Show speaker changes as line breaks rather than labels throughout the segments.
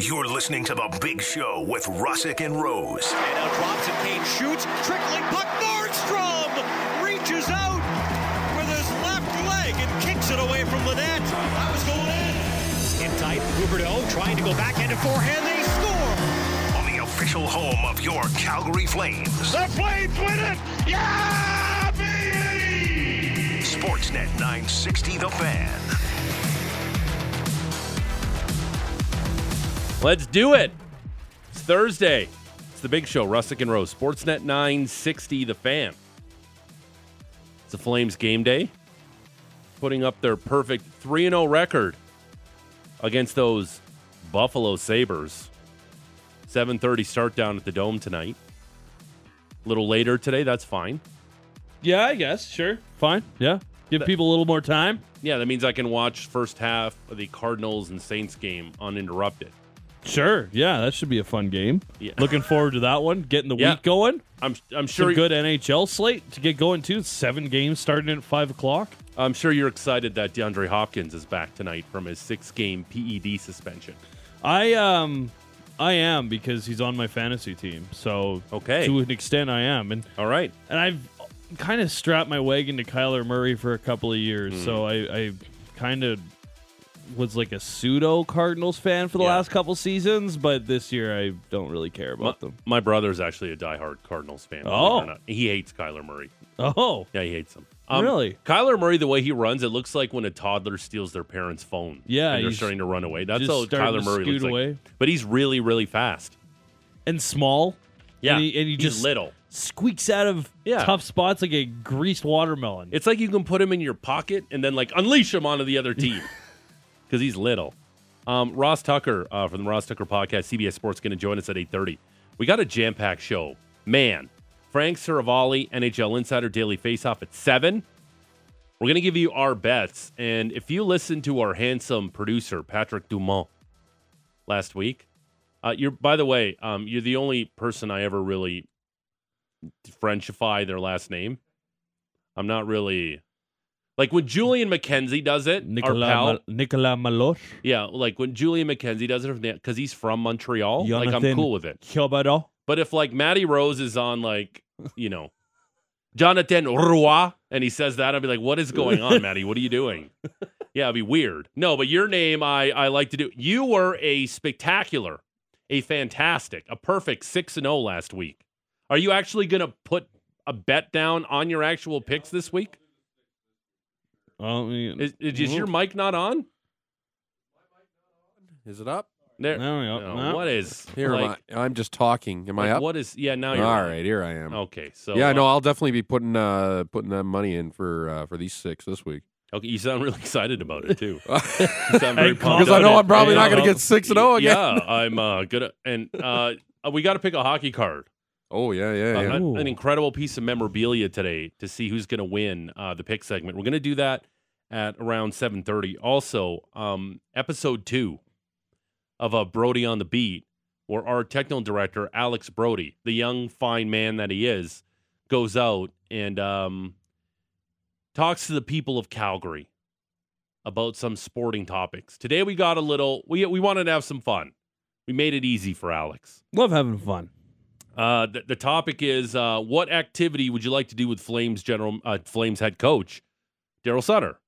You're listening to The Big Show with Russick and Rose.
And now drops and Kane shoots. Trickling puck. Nordstrom reaches out with his left leg and kicks it away from the net. That was going in. In tight. Huberto trying to go backhand and forehand. They score.
On the official home of your Calgary Flames,
The Flames win it! Yeah, baby!
Sportsnet 960 The Fan.
Let's do it. It's Thursday. It's the big show, Russick and Rose, Sportsnet 960, The Fan. It's the Flames game day, putting up their perfect 3 0 record against those Buffalo Sabres. 7.30 start down at the Dome tonight. A little later today, that's fine.
Yeah, I guess. Sure. Fine. Yeah. Give people a little more time.
Yeah, that means I can watch first half of the Cardinals and Saints game uninterrupted.
Sure. Yeah, that should be a fun game.
Yeah.
Looking forward to that one. Getting the
Yeah.
week going.
I'm I'm sure
Sure. Some good NHL slate to get going too. Seven games starting at five o'clock.
I'm sure you're excited that DeAndre Hopkins is back tonight from his six game PED suspension.
I um I am because he's on my fantasy team. So
Okay.
to an extent I am. And
All right.
and I've kind of strapped my wagon to Kyler Murray for a couple of years,
Hmm.
so I, I kind of was like a pseudo Cardinals fan for the
Yeah.
last couple seasons, but this year I don't really care
My,
about them.
my brother's actually a diehard Cardinals fan. believe it
Oh.
or not. He hates Kyler Murray.
Oh,
Yeah, he hates him. Um,
Really?
Kyler Murray, the way he runs, it looks like when a toddler steals their parents' phone.
Yeah,
And they're
he's
starting to run away. That's
just
all
starting
Kyler
to
Murray looks
scoot
like.
away.
But he's really, really fast.
and small.
Yeah.
and he, and he
he's
just
little.
squeaks out of
Yeah.
tough spots like a greased watermelon.
It's like you can put him in your pocket and then like unleash him onto the other team because he's little. Um, Ross Tucker uh, from the Ross Tucker podcast, CBS Sports, going to join us at eight thirty. We got a jam packed show, man. Frank Saravalli, NHL Insider Daily Faceoff at seven. We're going to give you our bets, and if you listen to our handsome producer Patrick Dumont last week, uh, you're by the way, um, you're the only person I ever really Frenchify their last name. I'm not really like when Julian McKenzie does it,
Nicolas,
our pal.
Mal- Nicolas Maloche,
yeah, like when Julian McKenzie does it because he's from Montreal. Like I'm
Jonathan
cool with it.
Thibodeau.
But if like Matty Rose is on like you know Jonathan Roy and he says that, I'd be like, what is going on, Matty? What are you doing? Yeah, it'd be weird. No, but your name, I I like to do. You were a spectacular, a fantastic, a perfect six and zero last week. Are you actually gonna put a bet down on your actual picks this week?
Oh,
Is, is, is your mic not on?
Is it up?
There.
No, no,
no,
no.
Oh, What is
Here
like,
am I. I'm just talking. Am I
like,
up?
What is? Yeah, now
All
you're on.
right, here I am.
Okay, so
yeah,
uh,
no, I'll definitely be putting uh putting that money in for uh, for these six this week.
Okay, you sound really excited about it too.
Because
You sound very pumped
And confident.
I
up.
know I'm probably
Yeah,
not going
well,
to get six and zero again.
Yeah, I'm uh, good. At, and uh, we got to pick a hockey card.
Oh yeah,
Uh,
yeah, yeah.
an-
Ooh.
an incredible piece of memorabilia today to see who's going to win uh, the pick segment. We're going to do that at around 7:30. Also, um, episode two of uh, Brody on the Beat, where our technical director Alex Brody, the young fine man that he is, goes out and um, talks to the people of Calgary about some sporting topics. Today we got a little. We we wanted to have some fun. We made it easy for Alex.
Love having fun.
Uh, the, the topic is uh, what activity would you like to do with Flames general uh, Flames head coach Daryl Sutter?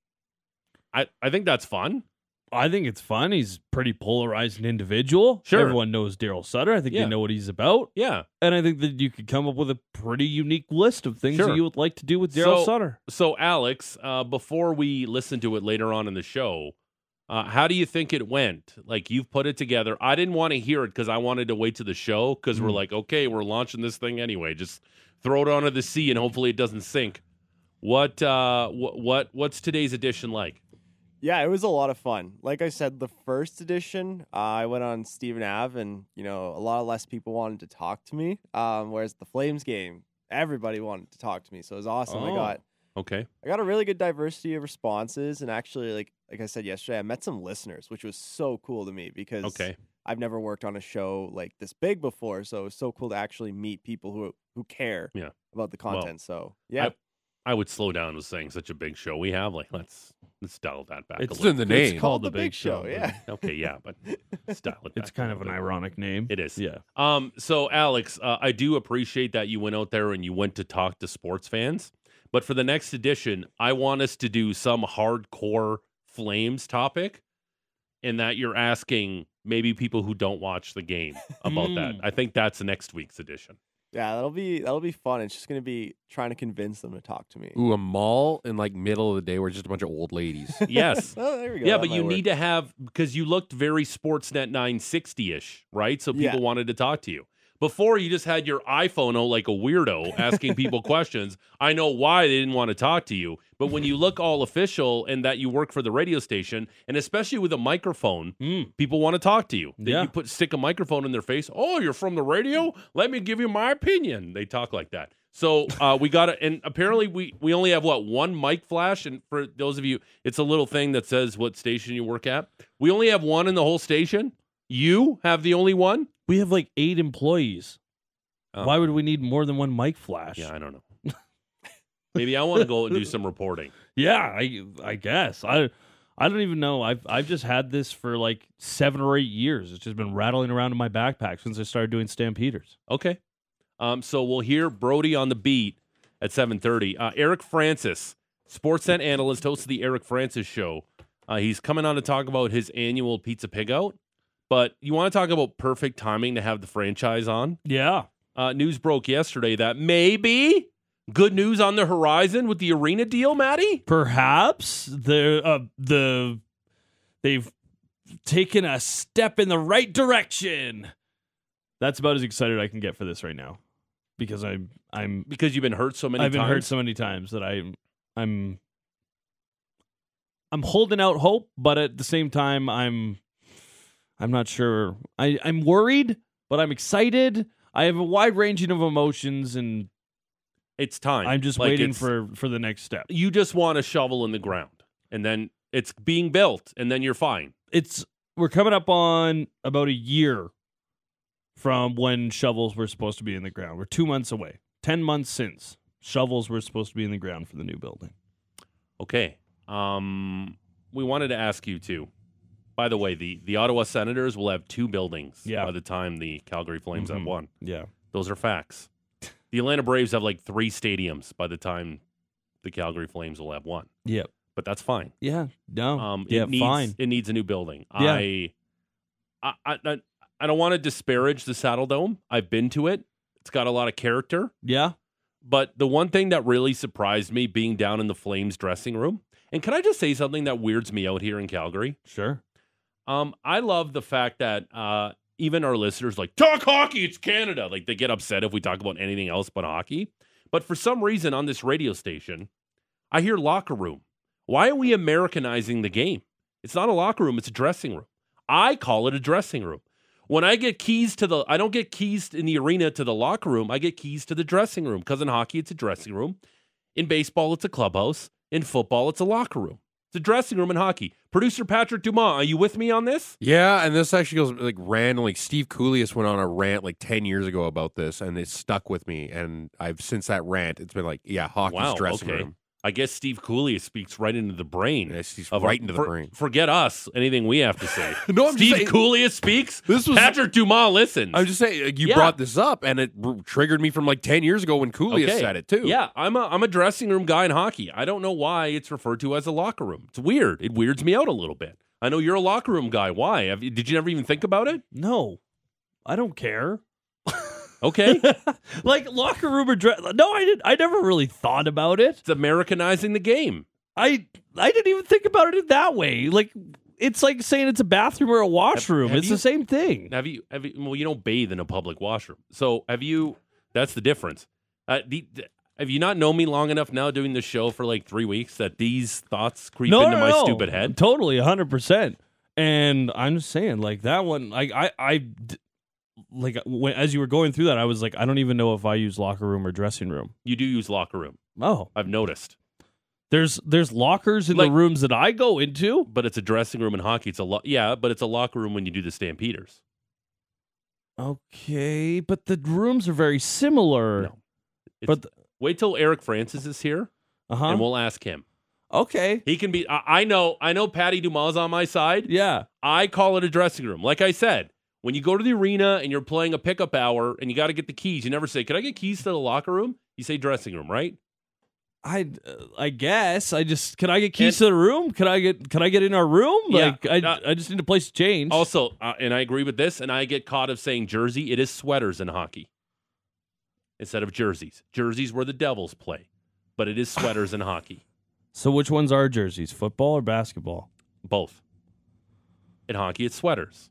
I, I think that's fun.
I think it's fun. He's a pretty polarizing individual.
Sure.
Everyone knows Daryl Sutter. I think
Yeah.
they know what he's about.
Yeah.
And I think that you could come up with a pretty unique list of things
Sure.
that you would like to do with Daryl
So-
Sutter.
So Alex, uh, before we listen to it later on in the show, uh, how do you think it went? Like you've put it together. I didn't want to hear it because I wanted to wait to the show because we're
Mm.
like, okay, we're launching this thing anyway. Just throw it onto the sea and hopefully it doesn't sink. What uh, wh- what what's today's edition like?
Yeah, it was a lot of fun. Like I said, the first edition, uh, I went on Stephen Ave, and you know, a lot less people wanted to talk to me. Um, whereas the Flames game, everybody wanted to talk to me, so it was awesome. I
Oh.
got
Okay.
I got a really good diversity of responses, and actually, like like I said yesterday, I met some listeners, which was so cool to me because
Okay.
I've never worked on a show like this big before, so it was so cool to actually meet people who who care
Yeah.
about the
Well,
content. so yeah,
I- I would slow down with saying such a big show we have. Like, let's let's dial that back.
It's
a little.
in the
It's
name.
called the, Big Show. but
Yeah.
okay, yeah, but style it.
It's
back
kind
a
of an
little bit.
ironic name.
It is.
Yeah.
Um, so Alex, uh, I do appreciate that you went out there and you went to talk to sports fans. But for the next edition, I want us to do some hardcore Flames topic, and that you're asking maybe people who don't watch the game about that.
Mm.
I think that's next week's edition.
Yeah, that'll be that'll be fun. It's just gonna be trying to convince them to talk to me.
Ooh, a mall in like middle of the day where it's just a bunch of old ladies.
Yes.
Oh, there we go.
Yeah,
that
but
might
you
work.
need to have because you looked very Sportsnet 960 ish, right? So people
Yeah.
wanted to talk to you. Before you just had your iPhone out like a weirdo asking people questions. I know why they didn't want to talk to you, but when you look all official and that you work for the radio station, and especially with a microphone,
Mm.
people want to talk to you. Then
Yeah.
You put stick a microphone in their face. Oh, you're from the radio? Let me give you my opinion. They talk like that. So uh, we got to, and apparently we we only have what one mic flash. And for those of you, it's a little thing that says what station you work at. We only have one in the whole station. You have the only one.
We have like eight employees.
Oh.
Why would we need more than one mic flash?
Yeah, I don't know. Maybe I want to go and do some reporting.
Yeah, I I guess. I I don't even know. I've I've just had this for like seven or eight years. It's just been rattling around in my backpack since I started doing Stampeders.
Okay. Um, so we'll hear Brody on the beat at 7.30. Uh, Eric Francis, Sportsnet analyst, host of the Eric Francis Show. Uh, he's coming on to talk about his annual Pizza Pig Out. But you want to talk about perfect timing to have the franchise on?
Yeah.
Uh, news broke yesterday that maybe good news on the horizon with the arena deal, Maddie?
Perhaps the uh, the they've taken a step in the right direction. That's about as excited I can get for this right now. Because I'm I'm
Because you've been hurt so many
I've been
times.
heard so many times that I'm I'm I'm holding out hope, but at the same time I'm I'm not sure. I, I'm worried, but I'm excited. I have a wide ranging of emotions and
it's time.
I'm just
Like,
waiting
it's-
for for the next step.
You just want a shovel in the ground. And then it's being built. And then you're fine.
It's we're coming up on about a year from when shovels were supposed to be in the ground. We're 2 months away. 10 months since shovels were supposed to be in the ground for the new building.
Okay. Um, we wanted to ask you too. By the way, the the Ottawa Senators will have two buildings
Yeah.
by the time the Calgary Flames
Mhm.
have one.
Yeah.
Those are facts. The Atlanta Braves have like three stadiums by the time the Calgary Flames will have one.
Yep.
But that's fine.
Yeah. No.
Um,
yeah.
it needs,
fine.
It needs a new building.
Yeah.
I, I, I, I- I don't want to disparage the Saddle Dome. I've been to it. It's got a lot of character.
Yeah.
But the one thing that really surprised me being down in the Flames dressing room, and can I just say something that weirds me out here in Calgary?
Sure.
Um, I love the fact that uh, even our listeners like talk hockey. It's Canada. Like they get upset if we talk about anything else but hockey. But for some reason on this radio station, I hear locker room. Why are we Americanizing the game? It's not a locker room. It's a dressing room. I call it a dressing room. When I get keys to the, I don't get keys in the arena to the locker room. I get keys to the dressing room because in hockey it's a dressing room. In baseball, it's a clubhouse. In football, it's a locker room. It's a dressing room in hockey. Producer Patrick Dumas, are you with me on this?
yeah, and this actually goes like randomly. Steve Coolius went on a rant like ten years ago about this, and it stuck with me. And I've since that rant, it's been like, yeah, hockey's
Wow,
dressing
okay.
room.
I guess Steve Cooley speaks right into the brain.
Yes, he's
of
right into the
for-
brain.
Forget us, anything we have to say.
No, I'm just
Steve
saying-
Cooley speaks.
This was-
Patrick Dumas listens.
I'm just saying, like, you
Yeah.
brought this up, and it r- triggered me from like ten years ago when Coolius
Okay.
said it too.
Yeah, I'm a I'm a dressing room guy in hockey. I don't know why it's referred to as a locker room. It's weird. It weirds me out a little bit. I know you're a locker room guy. Why? Have you, did you never even think about it?
No. I don't care.
Okay,
like locker room or dress. No, I didn't. I never really thought about it.
it's Americanizing the game.
I I didn't even think about it in that way. Like it's like saying it's a bathroom or a washroom.
have
it's
you-
the same thing.
Have you, have you? Well, you don't bathe in a public washroom. So have you? That's the difference. Uh, the, the- have you not known me long enough now doing this show for like three weeks that these thoughts creep
no,
into
no,
my
no.
stupid head?
Totally, hundred percent. And I'm just saying, like that one, like I, I, d- like when, as you were going through that, I was like, I don't even know if I use locker room or dressing room.
You do use locker room.
Oh,
I've noticed,
there's there's lockers in
Like-
the rooms that I go into.
but it's a dressing room in hockey. It's a lo- yeah, but it's a locker room when you do the Stampeders.
Okay, but the rooms are very similar.
No. It's-
but th-
Wait till Eric Francis is here,
Uh huh.
and we'll ask him.
okay.
He can be. I, I know. I know. Patty Dumas on my side.
Yeah.
I call it a dressing room. Like I said, when you go to the arena and you're playing a pickup hour and you got to get the keys, you never say, "Could I get keys to the locker room?" You say dressing room, right?
I uh, I guess I just can I get keys to the room? Can I get can I get in our room?
Yeah,
Like I
uh,
I just need a place to change.
Also, uh, and I agree with this, and I get caught of saying jersey. It is sweaters in hockey instead of jerseys. Jerseys where the Devils play, but it is sweaters in hockey.
so which ones are jerseys? Football or basketball?
Both. In hockey, it's sweaters.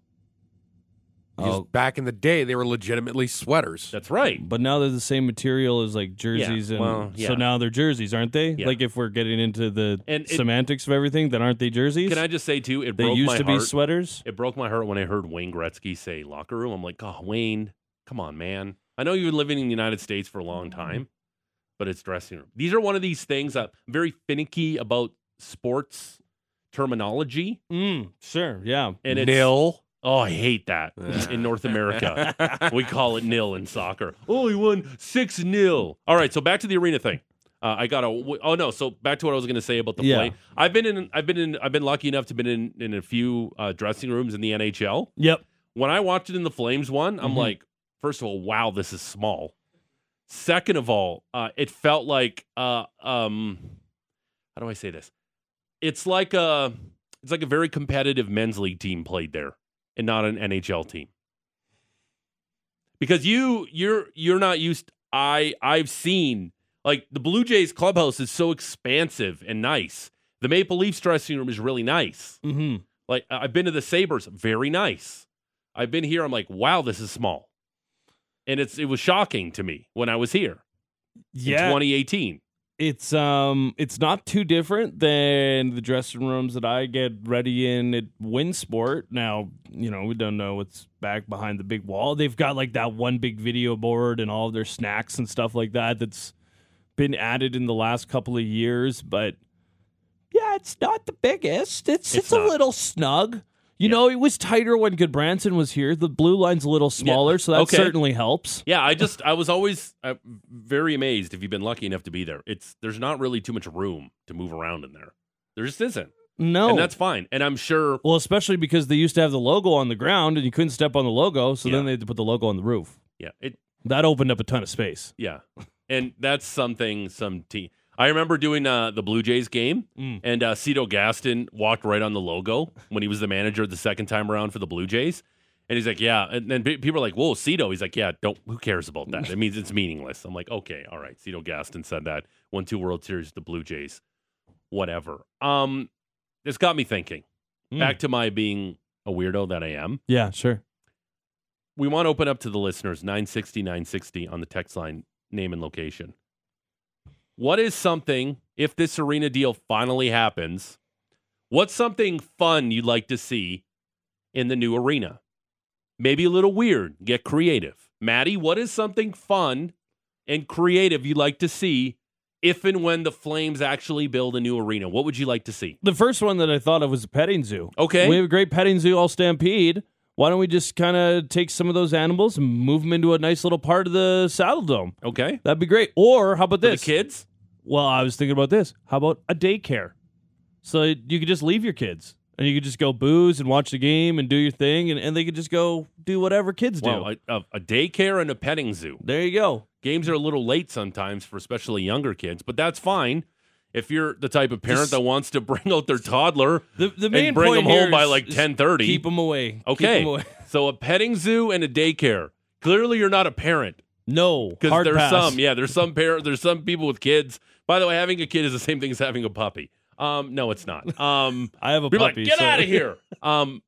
Oh.
Because Back in the day, they were legitimately sweaters.
That's right.
Oh, But now they're the same material as like jerseys, and
well, yeah.
so now they're jerseys, aren't they?
Yeah.
Like if we're getting into the
And it-
semantics of everything, then aren't they jerseys?
Can I just say too? It
they
broke
used
my
to
heart.
be sweaters.
It broke my heart when I heard Wayne Gretzky say locker room. I'm like, oh, Wayne, come on, man. I know you've been living in the United States for a long time, but it's dressing room. These are one of these things that I'm very finicky about sports terminology.
Mm, sure, yeah.
And it's,
Nil.
Oh, I hate that in North America. we call it nil in soccer. Oh, he won 6 nil. All right, so back to the arena thing. Uh, I got a. Oh no! So back to what I was going to say about the
Yeah.
play. I've been in. I've been in. I've been lucky enough to been in in a few uh, dressing rooms in the NHL
Yep.
when I watched it in the Flames one, I'm like, first of all, wow, this is small. Second of all, uh, it felt like, uh, um, how do I say this? It's like a, it's like a very competitive men's league team played there, and not an NHL team. Because you, you're, you're not used. I, I've seen like the Blue Jays clubhouse is so expansive and nice. The Maple Leafs dressing room is really nice.
hmm
Like I- I've been to the Sabres, very nice. I've been here, I'm like, wow, this is small. And it's it was shocking to me when I was here in
Yeah,
2018.
it's um, it's not too different than the dressing rooms that I get ready in at Winsport. Now you know we don't know what's back behind the big wall. They've got like that one big video board and all of their snacks and stuff like that. That's been added in the last couple of years, but yeah, it's not the biggest. It's it's,
It's
a
not.
little snug. You know, it was tighter when Goodbranson was here. The blue line's a little smaller, so that
Okay.
certainly helps.
Yeah, I just I was always uh, very amazed if you've been lucky enough to be there. It's there's not really too much room to move around in there. There just isn't,
No,
and that's fine. And I'm sure
Well, especially because they used to have the logo on the ground and you couldn't step on the logo, so
Yeah.
then they had to put the logo on the roof.
yeah it
That opened up a ton of space.
Yeah. And that's something some team. I remember doing uh, the Blue Jays game,
Mm.
and uh, Cito Gaston walked right on the logo when he was the manager the second time around for the Blue Jays. And he's like, yeah. And then pe- people are like, whoa, Cito. He's like, yeah, don't, who cares about that? It means it's meaningless. I'm like, okay, all right. Cito Gaston said that. Won two World Series, with the Blue Jays, whatever. Um, This got me thinking.
Mm.
Back to my being a weirdo that I am
Yeah, sure.
we want to open up to the listeners 960 960 on the text line name and location what is something if this arena deal finally happens what's something fun you'd like to see in the new arena maybe a little weird get creative maddie what is something fun and creative you'd like to see if and when the flames actually build a new arena what would you like to see
The first one that I thought of was the petting zoo.
okay
We have a great petting zoo all stampede. Why don't we just kind of take some of those animals and move them into a nice little part of the saddle dome?
okay
That'd be great. Or how about
for the
this?
kids
Well, I was thinking about this. How about a daycare? So you could just leave your kids and you could just go booze and watch the game and do your thing, and, and they could just go do whatever kids do.
well, a, a a daycare and a petting zoo
there you go.
games are a little late sometimes for especially younger kids, but that's fine. If you're the type of parent
Just-
that wants to bring out their toddler
The, the main
and bring
point
them home
here
by
is-
like
is
10:30,
Keep them away. Keep 'em
okay.
away.
so a petting zoo and a daycare. Clearly, you're not a parent
No.
because
hard
there's
pass.
some, yeah, there's some parent, there's some people with kids. By the way, having a kid is the same thing as having a puppy. Um, no, it's not. Um,
I have a
people are like,
puppy.
get
so-
out of here. Um,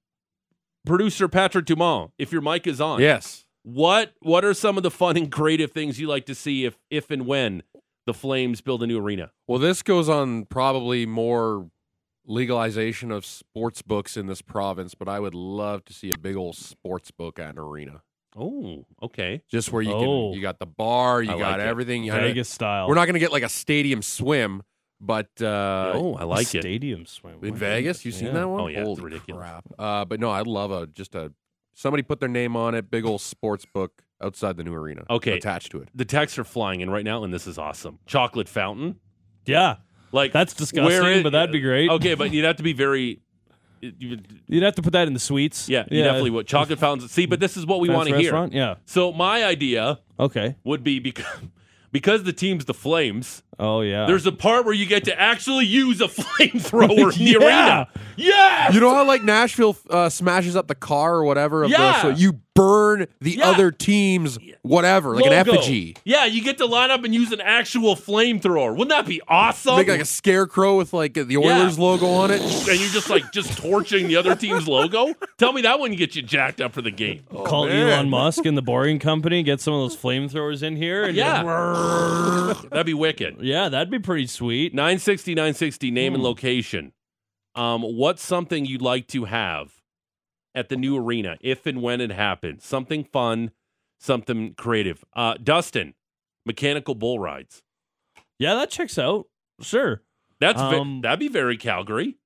producer Patrick Dumont, if your mic is on,
Yes.
what what are some of the fun and creative things you like to see if if and when the Flames build a new arena?
Well, this goes on probably more legalization of sports books in this province, but I would love to see a big old sports book at an arena.
Oh, okay.
Just where you
Oh.
can you got the bar, you
I
got
like it.
everything. You
Vegas style.
We're not going to get like a stadium swim, but uh
oh, I like it.
Stadium swim.
in Vegas, you seen
Yeah.
that one?
Oh, yeah, it's
Holy
ridiculous.
crap. Uh but no, I'd love a just a somebody put their name on it, big old sports book outside the new arena
Okay.
attached to it.
The texts are flying in right now, and this is awesome. Chocolate fountain.
Yeah,
Like
that's disgusting,
where it-
but that'd be great.
Okay, but you'd have to be very. it- you-
You'd have to put that in the sweets.
Yeah, you definitely would. Chocolate fountains. See, but this is what we
Fast
want to hear.
restaurant? Yeah.
So my idea
Okay.
would be because because the team's the Flames.
Oh yeah.
There's a part where you get to actually use a flamethrower in the arena. Yeah.
You know how like Nashville uh, smashes up the car or whatever. Of
Yeah.
The, so you burn the
Yeah.
other team's whatever, like an
Logo.
effigy.
Yeah, you get to line up and use an actual flamethrower. Wouldn't that be awesome?
Make like a scarecrow with like the Oilers logo on it.
and you're just like just torching the other team's logo. Tell me that wouldn't get you jacked up for the game.
Oh,
Call Elon Musk and the Boring Company. Get some of those flamethrowers in here. And
Yeah, that'd be wicked.
Yeah, that'd be pretty sweet.
960 960 name and location um what's something you'd like to have at the new arena if and when it happens something fun something creative uh dustin mechanical bull rides
Yeah, that checks out. Sure.
that's ve-
Um,
that'd be very calgary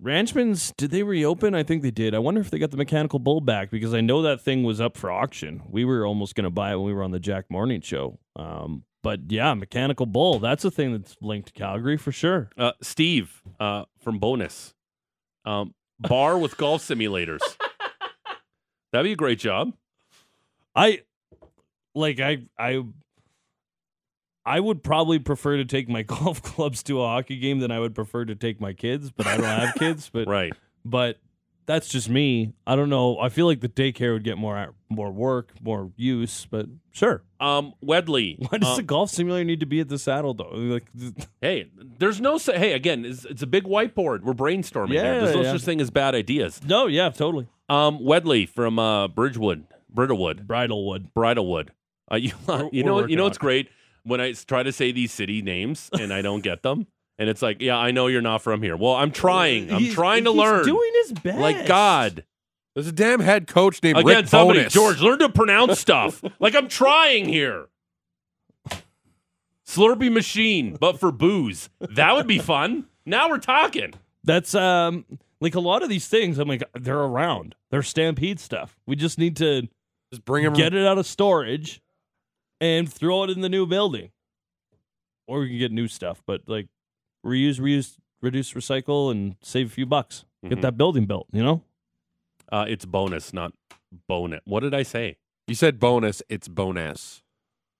Ranchman's, did they reopen? I think they did. I wonder if they got the mechanical bull back because I know that thing was up for auction. We were almost going to buy it when we were on the Jack Morning Show. Um, but yeah, mechanical bull. That's a thing that's linked to Calgary for sure.
uh steve uh from bonus um bar with golf simulators that'd be a great job
I like I I I would probably prefer to take my golf clubs to a hockey game than I would prefer to take my kids, but I don't have kids, but
right
but that's just me. I don't know. I feel like the daycare would get more more work, more use, but sure.
um wedley
Why does
um,
the golf simulator need to be at the saddle though? Like
Hey, there's no sa- hey again. It's, it's a big whiteboard. We're brainstorming
Yeah,
here. There's no
yeah.
such thing as bad ideas.
No, yeah, totally.
Um, Wedley from uh, Bridgewood, Brittlewood,
Bridalwood.
Bridlewood. Uh, you you
we're
know you
working
know
on
what's
it.
great when I s- try to say these city names and I don't get them, and it's like, yeah, I know you're not from here. Well, I'm trying. I'm
He's-
trying to
he's
learn.
Doing his best.
like God
There's a damn head coach named
again,
Rick
somebody
Bonus.
George, learn to pronounce stuff. like I'm trying here. Slurpee machine, but for booze. That would be fun. Now we're talking.
That's um like a lot of these things I'm like they're around. They're stampede stuff. We just need to
Just bring him.
get it out of storage and throw it in the new building. Or we can get new stuff, but like reuse, reuse, reduce, recycle, and save a few bucks.
Mhm.
Get that building built, you know?
Uh, it's bonus, not bonus. What did I say?
You said bonus. It's bonus.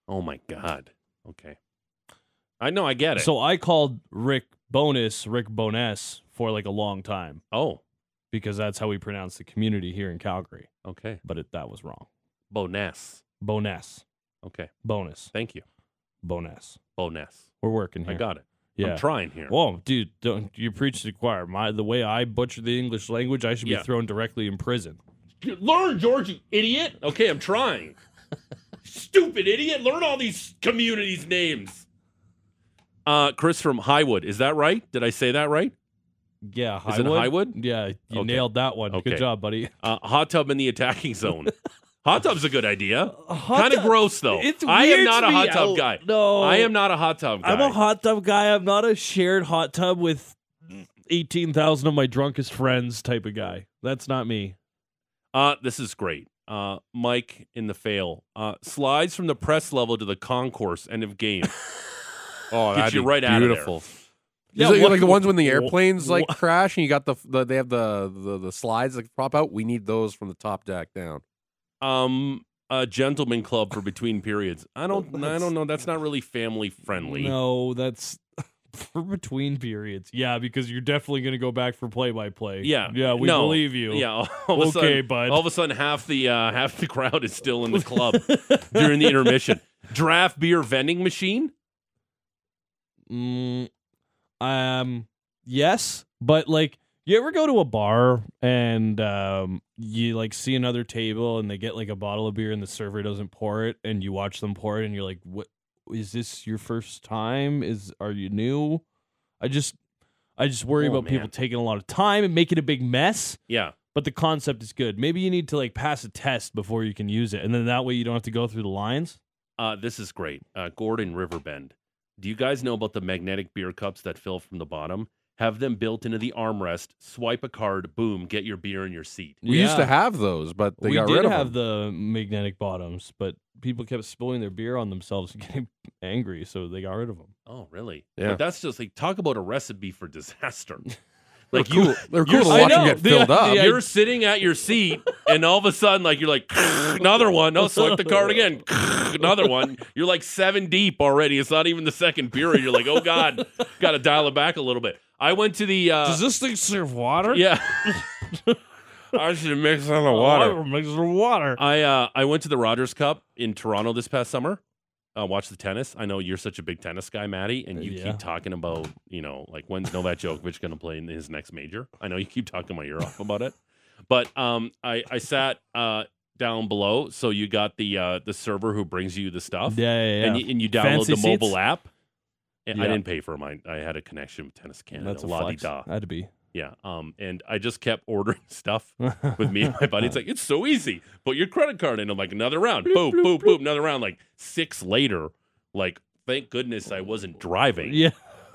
Oh my god. Okay. I know. I get it.
So I called Rick Bonus, Rick Boness, for like a long time
oh,
because that's how we pronounce the community here in Calgary.
okay.
But it, that was wrong.
Bonus.
Boness,
Okay.
bonus,
Thank you.
bonus.
Bonus.
We're working here.
I got it.
Yeah.
I'm trying here.
Whoa, dude! Don't you preach to the choir? My the way I butcher the English language, I should
Yeah.
be thrown directly in prison.
Learn, George, you idiot. Okay, I'm trying. Stupid idiot. Learn all these communities' names. Uh, Chris from Highwood. Is that right? Did I say that right?
Yeah, Highwood.
Is it Highwood?
Yeah, you
Okay.
nailed that one.
Okay.
Good job, buddy.
Uh, hot tub in the attacking zone. hot tub's a good idea.
hot
Kind of
tub-
gross though.
It's
I am
weird
not
to
a
me.
hot
I'll-
tub guy.
no.
I am not a hot tub guy.
I'm a hot tub guy. I'm not a shared hot tub with eighteen thousand of my drunkest friends type of guy. That's not me.
Uh, this is great. Uh, Mike in the fail uh, slides from the press level to the concourse end of game.
Oh,
Get
that'd
you
be
right out of there.
beautiful.
Yeah,
Yeah, like,
what-
like the ones when the
wh-
airplanes like
wh-
crash and you got the, the they have the, the the slides that pop out. We need those from the top deck down.
um, a gentleman club for between periods. I don't. I don't know. That's not really family friendly.
No, that's for between periods. Yeah, because you're definitely going to go back for play by play.
Yeah.
yeah, we
No.
believe you.
Yeah. All of a
Okay,
sudden,
bud.
All of a sudden, half the uh, half the crowd is still in the club during the intermission. Draft beer vending machine.
Mm, um, yes, but like, you ever go to a bar and um, you like see another table and they get like a bottle of beer and the server doesn't pour it and you watch them pour it and you're like, what is this your first time? Is are you new? I just, I just worry
Oh,
about people
man.
taking a lot of time and making a big mess.
Yeah.
But the concept is good. Maybe you need to like pass a test before you can use it, and then that way you don't have to go through the lines.
Uh, this is great. Uh, Gordon Riverbend. Do you guys know about the magnetic beer cups that fill from the bottom? have them built into the armrest, swipe a card, boom, get your beer in your seat.
We used to
Yeah.
have those, but they
we
got
did
rid of
have
them.
the magnetic bottoms, but people kept spilling their beer on themselves and getting angry, so they got rid of them.
Oh, really?
Yeah.
But that's just like talk about a recipe for disaster. Like
They're cool-
you,
they're cool
you're s-
to
I
watch them
know.
get
The- uh,
filled up.
the-
you're sitting at your seat, and all of a sudden, like you're like another one. No, swipe the card again. another one. You're like seven deep already. It's not even the second period. You're like, oh god, got to dial it back a little bit. I went to the uh,
this thing serve water? Oh,
yeah. I should mix on
Oh,
the
Mixed with water.
I uh, I went to the Rogers Cup in Toronto this past summer. Uh, watch the tennis. I know you're such a big tennis guy, Maddie, and you
Yeah.
keep talking about you know like when's Novak Djokovic going to play in his next major. I know you keep talking my ear off about it, but um, I I sat uh down below, so you got the uh the server who brings you the stuff,
Yeah, yeah, yeah.
and you, and you download
Fancy
the mobile
seats?
app. And I
Yeah.
didn't pay for mine. I had a connection with Tennis Canada.
That's a
la
flex. Had to be.
Yeah. Um. And I just kept ordering stuff with me and my buddy. It's like, it's so easy. Put your credit card in. I'm like, another round. boom, boom, boom, another round. Like six later, like, thank goodness I wasn't driving.
yeah.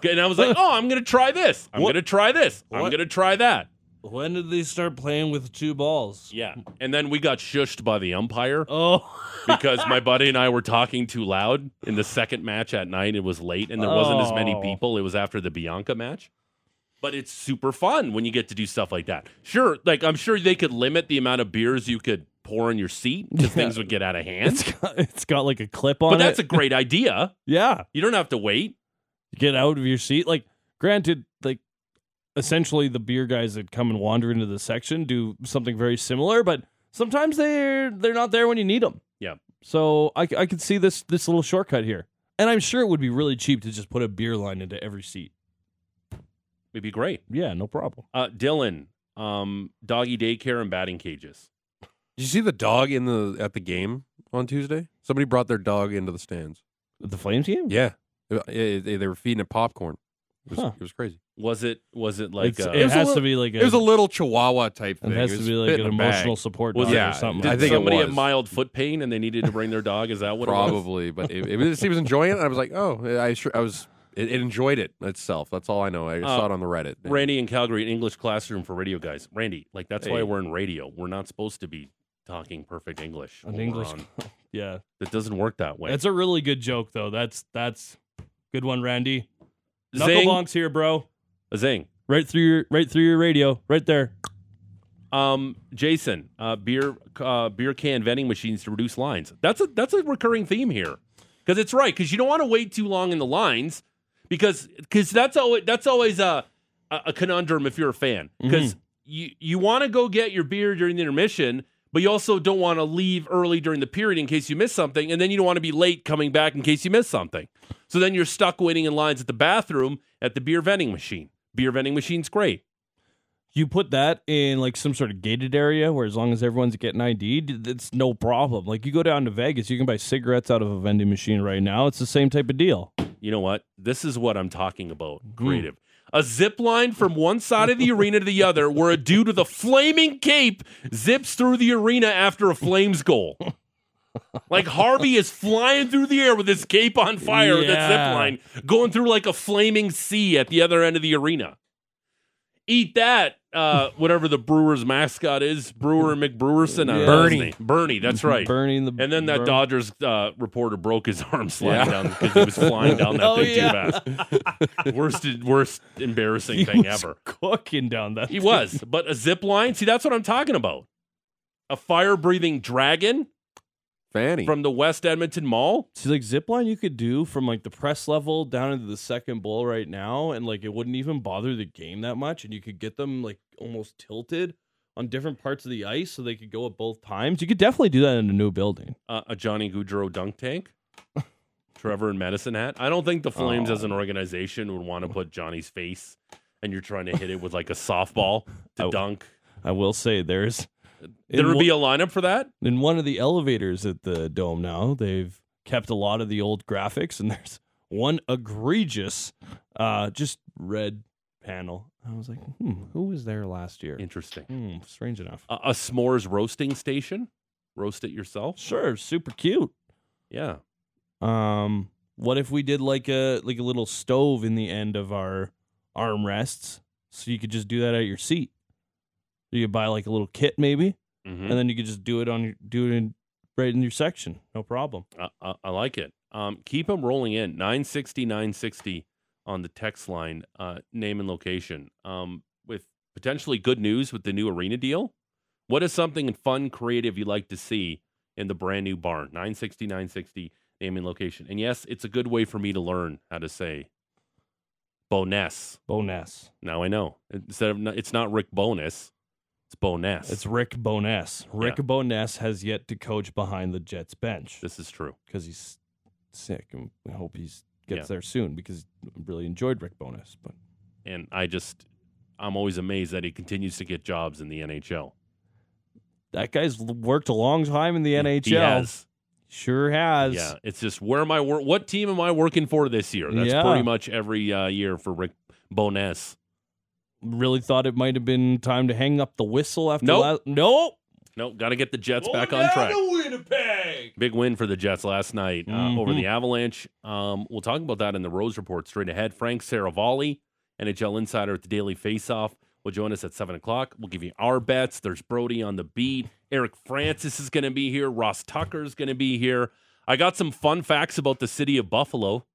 And I was like, oh, I'm going to try this. I'm
What-
going to try this. I'm
what-
going to try that.
When did they start playing with two balls?
Yeah. And then we got shushed by the umpire
Oh,
because my buddy and I were talking too loud in the second match at night. It was late and there wasn't as many
Oh.
people. It was after the Bianca match. But it's super fun when you get to do stuff like that. Sure, like I'm sure they could limit the amount of beers you could pour in your seat because things would get out of hand.
it's got, it's got like a clip on
But that's
it.
a great idea.
yeah.
You don't have to wait.
You get out of your seat. Like, granted, like essentially the beer guys that come and wander into the section do something very similar, but sometimes they're they're not there when you need them.
Yeah.
So I c- I could see this this little shortcut here, and I'm sure it would be really cheap to just put a beer line into every seat.
It'd be great.
Yeah, no problem.
Uh, Dylan, um, doggy daycare and batting cages.
Did you see the dog in the at the game on Tuesday? Somebody brought their dog into the stands.
The Flames game.
Yeah, It- it- it- they were feeding it popcorn. It was,
Huh.
it was crazy.
Was it? Was it like?
It's-
uh,
it,
was a
has
little-
to be like a,
It was a little Chihuahua type thing.
it has to
was
be
fit
like
in
an
a bag.
emotional support
Was
dog
it-
or something.
did
I think it
somebody have
was.
mild foot pain and they needed to bring their dog? Is that what? It was?
probably, but it, it was, he was enjoying it. I was like, oh, I sure, I was. It, it enjoyed it itself. That's all I know.
Uh,
I saw it on the Reddit.
Randy in Calgary, an English classroom for radio guys. Randy, like that's why
Hey.
we're in radio. We're not supposed to be talking perfect English.
An
while we're
English-
on.
yeah,
It doesn't work that way.
that's a really good joke though. That's that's good one, Randy. Knuckle
zing,
bonks here, bro.
zing.
Right through your right through your radio, right there.
Um, Jason, uh, beer, uh, beer can vending machines to reduce lines. That's a that's a recurring theme here, because it's right. Because you don't want to wait too long in the lines, because because that's always that's always a a a conundrum if you're a fan, because you you want to go get your beer during the intermission, but you also don't want to leave early during the period in case you miss something, and then you don't want to be late coming back in case you miss something. So then you're stuck waiting in lines at the bathroom at the beer vending machine. Beer vending machine's great.
You put that in like some sort of gated area where as long as everyone's getting ID'd, it's no problem. Like you go down to Vegas, you can buy cigarettes out of a vending machine right now. It's the same type of deal.
you know what? This is what I'm talking about. Creative. A zip line from one side of the arena to the other, where a dude with a flaming cape zips through the arena after a Flames goal. Like Harvey is flying through the air with his cape on fire with that
Yeah.
zip line, going through like a flaming sea at the other end of the arena. Eat that, uh, whatever the Brewers mascot is, Brewer McBrewerson. I don't know his
Bernie.
name. Bernie, that's right.
Burning the
And then that
burn-
Dodgers uh, reporter broke his arm sliding down because he was flying down that
Oh,
thing
yeah.
too fast. worst, worst embarrassing
He
thing
was
ever.
cooking down that.
He was, but a zip line. See, that's what I'm talking about. A fire-breathing dragon
Fanny.
from the West Edmonton Mall.
See, like zip line, you could do from like the press level down into the second bowl right now, and like it wouldn't even bother the game that much, and you could get them like almost tilted on different parts of the ice so they could go at both times. You could definitely do that in a new building.
Uh, a Johnny Goudreau dunk tank. Trevor and Medicine Hat. I don't think the Flames
Oh.
as an organization would want to put Johnny's face, and you're trying to hit it with like a softball to
Oh.
dunk.
I will say there's
There
in
would be
one-
a lineup for that.
in one of the elevators at the dome now. They've kept a lot of the old graphics, and there's one egregious, uh, just red panel. I was like, hmm, who was there last year?
Interesting.
Hmm, strange enough.
a, a s'mores roasting station. Roast it yourself.
Sure, super cute.
Yeah.
Um, what if we did like a like a little stove in the end of our armrests, so you could just do that at your seat. You could buy like a little kit maybe,
Mhm.
and then you could just do it on your do it in, right in your section, no problem.
I, I, I like it. Um, keep them rolling in 960 960 on the text line, uh, name and location. Um, with potentially good news with the new arena deal. What is something fun, creative you'd like to see in the brand new barn? 960 960, name and location. And yes, it's a good way for me to learn how to say bonus.
Boness.
Now I know. Instead of it's not Rick Bonus, it's Boness.
It's Rick Boness. Rick
Yeah.
Boness has yet to coach behind the Jets bench
this is true.
because he's sick, and we hope he gets
Yeah.
there soon because I really enjoyed Rick Boness, but
And I just I'm always amazed that he continues to get jobs in the NHL.
that guy's l- worked a long time in the NHL.
He has.
Sure has.
Yeah, it's just where am I? Wor- what team am I working for this year? That's
Yeah.
pretty much every uh, year for Rick Boness.
Really thought it might have been time to hang up the whistle after
Nope.
last. Nope.
Nope, got to get the
Oh,
Jets back on track. Big win for the Jets last night uh, over
Mm-hmm.
the Avalanche. Um, we'll talk about that in the Rose Report straight ahead. Frank Saravalli, NHL insider at the Daily Faceoff, will join us at 7 o'clock. We'll give you our bets. There's Brody on the beat. Eric Francis is going to be here. Ross Tucker is going to be here. I got some fun facts about the city of Buffalo.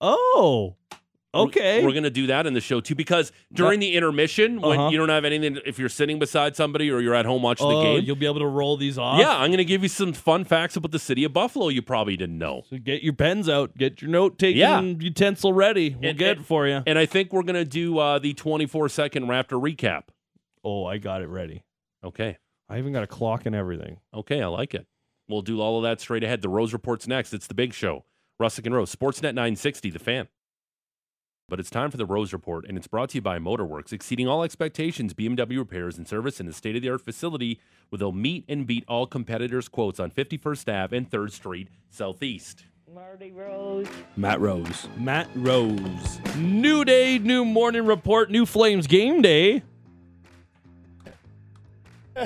Oh.
We're-
Okay.
We're, going to do that in the show too because during the intermission, when
Uh-huh.
you don't have anything, if you're sitting beside somebody or you're at home watching
oh,
the game,
you'll be able to roll these off.
yeah, I'm going to give you some fun facts about the city of Buffalo you probably didn't know.
So get your pens out. Get your note taking
Yeah.
utensil ready. We'll
And-
get
and-
it for you.
And I think we're going to do uh, the 24 second Raptor recap.
Oh, I got it ready.
Okay.
I even got a clock and everything.
Okay. I like it. We'll do all of that straight ahead. The Rose Report's next. It's the big show. Russick and Rose, Sportsnet 960, the fan. But it's time for the Rose Report, and it's brought to you by Motorworks, exceeding all expectations, BMW repairs and service in a state of the art facility where they'll meet and beat all competitors' quotes on 51st Ave and 3rd Street Southeast.
Marty Rose.
Matt Rose.
Matt Rose. New day, new morning report, new Flames game day.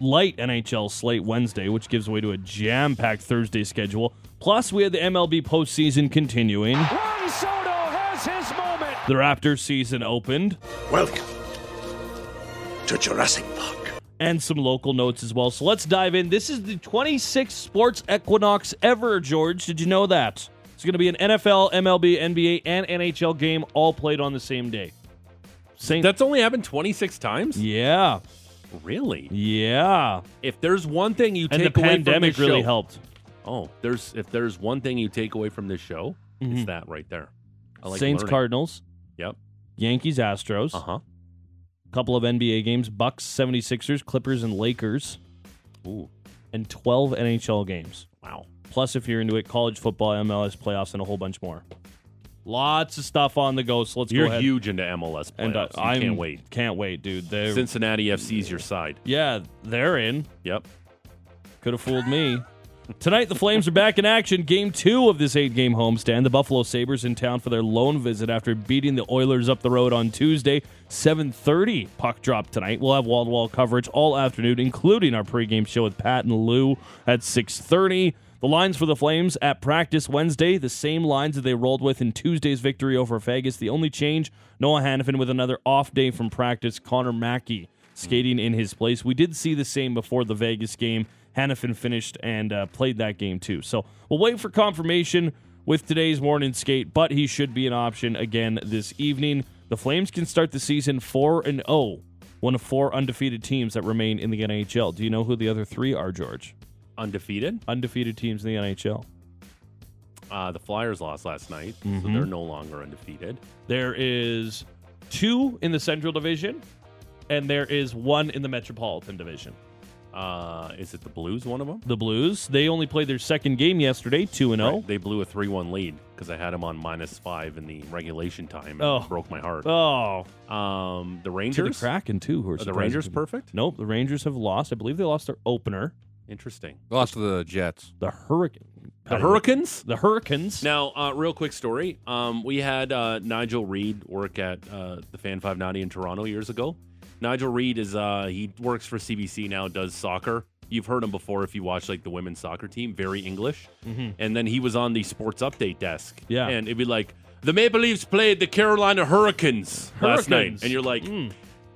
Light NHL slate Wednesday, which gives way to a jam packed Thursday schedule. Plus, we had the MLB postseason continuing. Juan Soto has his moment. The Raptors season opened.
Welcome to Jurassic Park.
and some local notes as well. So let's dive in. This is the 26th sports equinox ever, George. Did you know that? It's going to be an NFL, MLB, NBA, and NHL game all played on the same day. Same.
That's only happened 26 times?
yeah,
Really?
yeah.
If there's one thing you
And the
take away from
pandemic
this
really
show,
helped.
Oh, there's if there's one thing you take away from this show, it's that right there. I like
Mm-hmm. Saints,
learning.
Cardinals,
Yep.
Yankees, Astros,
Uh huh.
couple of NBA games, Bucks, 76ers, Clippers, and Lakers,
Ooh.
and 12 NHL games.
Wow.
Plus, if you're into it, college football, MLS playoffs, and a whole bunch more. Lots of stuff on the go. So let's
You're
go ahead.
huge into MLS playoffs.
and uh,
you
I
can't wait.
Can't wait, dude. They're,
Cincinnati FC's your side.
yeah, they're in.
Yep.
Could have fooled me. Tonight, the Flames are back in action. Game two of this eight game homestand. The Buffalo Sabres in town for their lone visit after beating the Oilers up the road on Tuesday. 7.30 puck drop tonight. We'll have wall to wall coverage all afternoon, including our pregame show with Pat and Lou at 6.30. The lines for the Flames at practice Wednesday, the same lines that they rolled with in Tuesday's victory over Vegas. The only change, Noah Hannafin with another off day from practice, Connor Mackey skating in his place. We did see the same before the Vegas game. Hannafin finished and uh, played that game too. So we'll wait for confirmation with today's morning skate, but he should be an option again this evening. The Flames can start the season 4 and 0, one of four undefeated teams that remain in the NHL. Do you know who the other three are, George?
Undefeated.
Undefeated teams in the NHL.
Uh, the Flyers lost last night, so
Mm-hmm.
they're no longer undefeated.
There is two in the Central Division, and there is one in the Metropolitan Division.
Uh, is it the Blues? One of them.
The Blues, they only played their second game yesterday, 2 and oh. 0.
Right, They blew a three-one lead because I had them on minus five in the regulation time. And
Oh.
it broke my heart.
Oh,
Um, the
to the
Rangers.
Kraken too. Who are,
Are the
surprising
Rangers
people.
perfect?
Nope, the Rangers have lost. I believe they lost their opener.
Interesting.
Lost to the Jets.
The Hurricane.
The Hurricanes.
The Hurricanes.
Now, uh, real quick story. Um, we had uh, Nigel Reed work at uh, the Fan 590 in Toronto years ago. Nigel Reed is uh, he works for CBC now, does soccer. You've heard him before if you watch like the women's soccer team, very English. And then he was on the sports update desk.
Mm-hmm. Yeah.
and it'd be like The Maple Leafs played the Carolina Hurricanes, last night,
Hurricanes.
and you're like,
Mm.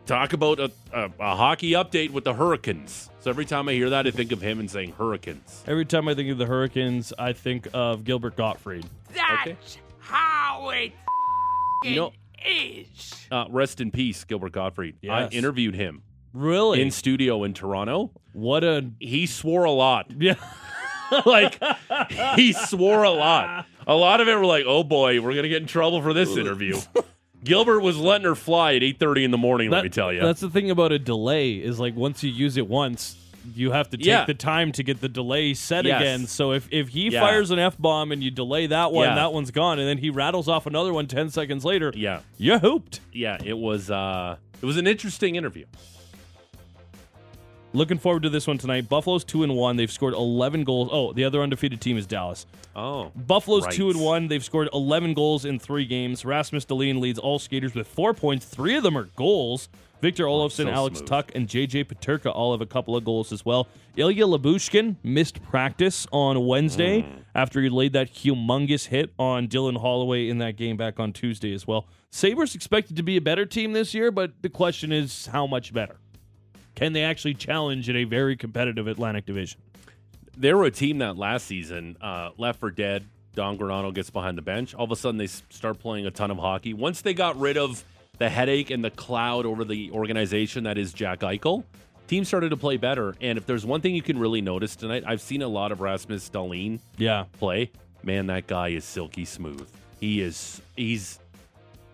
talk about a, a, a hockey update with the Hurricanes. So every time I hear that, I think of him and saying Hurricanes.
Every time I think of the Hurricanes, I think of Gilbert Gottfried.
That's how it
You know,
is.
uh, rest in peace, Gilbert Gottfried.
Yes.
I interviewed him
Really?
in studio in Toronto.
what a
He swore a lot.
yeah.
like he swore a lot. A lot of it were like, "Oh boy, we're gonna get in trouble for this interview." Gilbert was letting her fly at eight thirty in the morning. let
That-
me tell you,
That's the thing about a delay is like once you use it once, you have to take
Yeah.
the time to get the delay set
Yes.
again. So if, if he
Yeah.
fires an F bomb and you delay that one,
Yeah.
that one's gone, and then he rattles off another one 10 seconds later,
yeah,
you're hooped.
yeah. It was uh, it was an interesting interview.
Looking forward to this one tonight. Buffalo's 2 and 1. They've scored 11 goals. Oh, the other undefeated team is Dallas.
Oh,
Buffalo's
Right.
two and one. They've scored eleven goals in three games. Rasmus Dahlin leads all skaters with four points. Three of them are goals. Victor Olofsson,
so
Alex
smooth.
Tuck, and JJ Paterka all have a couple of goals as well. Ilya Labushkin missed practice on Wednesday
Hmm.
after he laid that humongous hit on Dylan Holloway in that game back on Tuesday as well. Sabres expected to be a better team this year, but the question is how much better? Can they actually challenge in a very competitive Atlantic division?
they were a team that last season uh, left for dead. Don Granado gets behind the bench. All of a sudden, they s- start playing a ton of hockey. Once they got rid of the headache and the cloud over the organization that is Jack Eichel, teams started to play better. And if there's one thing you can really notice tonight, I've seen a lot of Rasmus Dahlin
Yeah.
play. Man, that guy is silky smooth. He is. He's.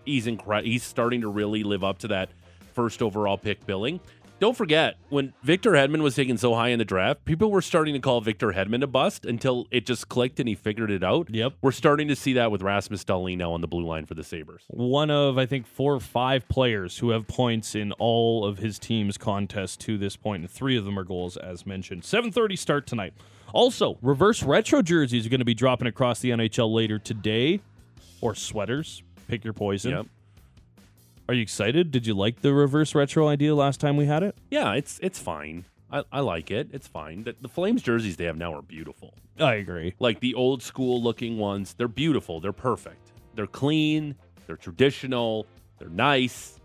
He's incredible. He's starting to really live up to that first overall pick billing. Don't forget when Victor Hedman was taken so high in the draft, people were starting to call Victor Hedman a bust until it just clicked and he figured it out.
Yep.
We're starting to see that with Rasmus Dahlin now on the blue line for the Sabers.
one of I think four or five players who have points in all of his team's contests to this point, and three of them are goals, as mentioned. 7:30 start tonight. Also, reverse retro jerseys are going to be dropping across the NHL later today, or sweaters. Pick your poison.
Yep.
Are you excited? Did you like the reverse retro idea last time we had it?
Yeah, it's it's fine. I, I like it. It's fine. The, the Flames jerseys they have now are beautiful.
I agree.
like the old school looking ones. They're beautiful. They're perfect. They're clean. They're traditional. They're nice.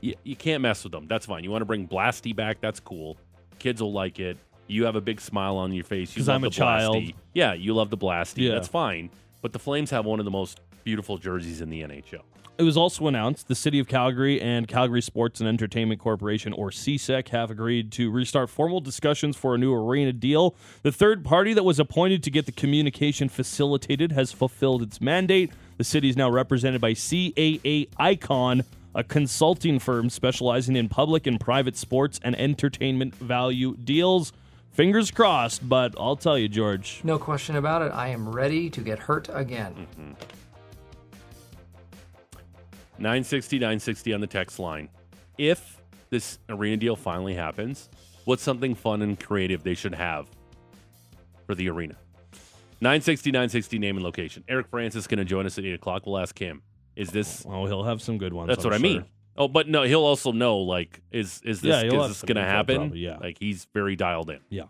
You, you can't mess with them. That's fine. You want to bring Blasty back? That's cool. Kids will like it. You have a big smile on your face. You
'Cause
love
I'm
the
a child.
Blasty. Yeah, you love the Blasty.
Yeah.
That's fine. But the Flames have one of the most beautiful jerseys in the NHL.
It was also announced the City of Calgary and Calgary Sports and Entertainment Corporation, or CSEC, have agreed to restart formal discussions for a new arena deal. The third party that was appointed to get the communication facilitated has fulfilled its mandate. The city is now represented by CAA Icon, a consulting firm specializing in public and private sports and entertainment value deals. Fingers crossed, but I'll tell you, George,
No question about it. I am ready to get hurt again.
960, 960 on the text line. If this arena deal finally happens, what's something fun and creative they should have for the arena? 960, 960, name and location. Eric Francis going to join us at 8 o'clock. We'll ask him, is this.
oh, he'll have some good ones.
That's
I'm
what I mean.
sure.
Oh, but no, he'll also know, like, is is this,
Yeah, he'll
is
have
this
some
going to
info
happen?
probably, yeah.
Like, he's very dialed in.
Yeah.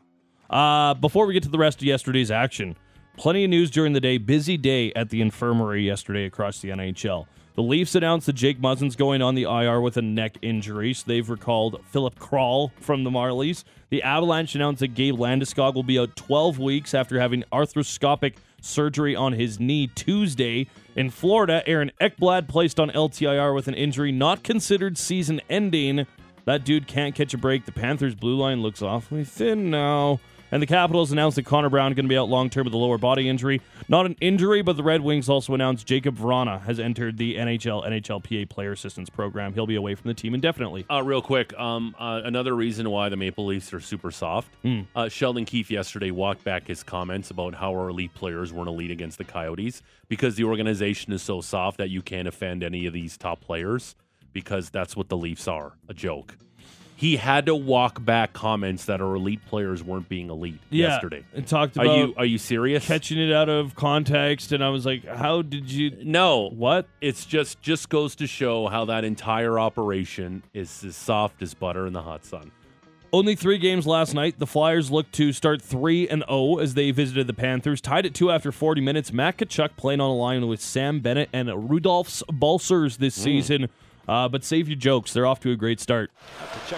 Uh, before we get to the rest of yesterday's action, plenty of news during the day. Busy day at the infirmary yesterday across the NHL. The Leafs announced that Jake Muzzin's going on the IR with a neck injury, so they've recalled Philip Kral from the Marlies. The Avalanche announced that Gabe Landeskog will be out 12 weeks after having arthroscopic surgery on his knee Tuesday. In Florida, Aaron Ekblad placed on LTIR with an injury not considered season ending. That dude can't catch a break. The Panthers' blue line looks awfully thin now. And the Capitals announced that Connor Brown going to be out long term with a lower body injury. Not an injury, but the Red Wings also announced Jacob Vrana has entered the NHL NHLPA Player Assistance Program. He'll be away from the team indefinitely.
Uh, real quick, um, uh, another reason why the Maple Leafs are super soft.
Hmm.
Uh, Sheldon Keefe yesterday walked back his comments about how our elite players weren't elite against the Coyotes because the organization is so soft that you can't offend any of these top players because that's what the Leafs are a joke. He had to walk back comments that our elite players weren't being elite yesterday.
and talked
Are
about
you are you serious?
catching it out of context, and I was like, "How did you?
no,
What?
it's just just goes to show how that entire operation is as soft as butter in the hot sun.
Only three games last night. The Flyers looked to start 3 and 0 as they visited the Panthers. Tied at 2 after 40 minutes. Matt Kachuk playing on a line with Sam Bennett and Rudolph's Balsers this season. Uh, but save your jokes. They're off to a great start.
Over to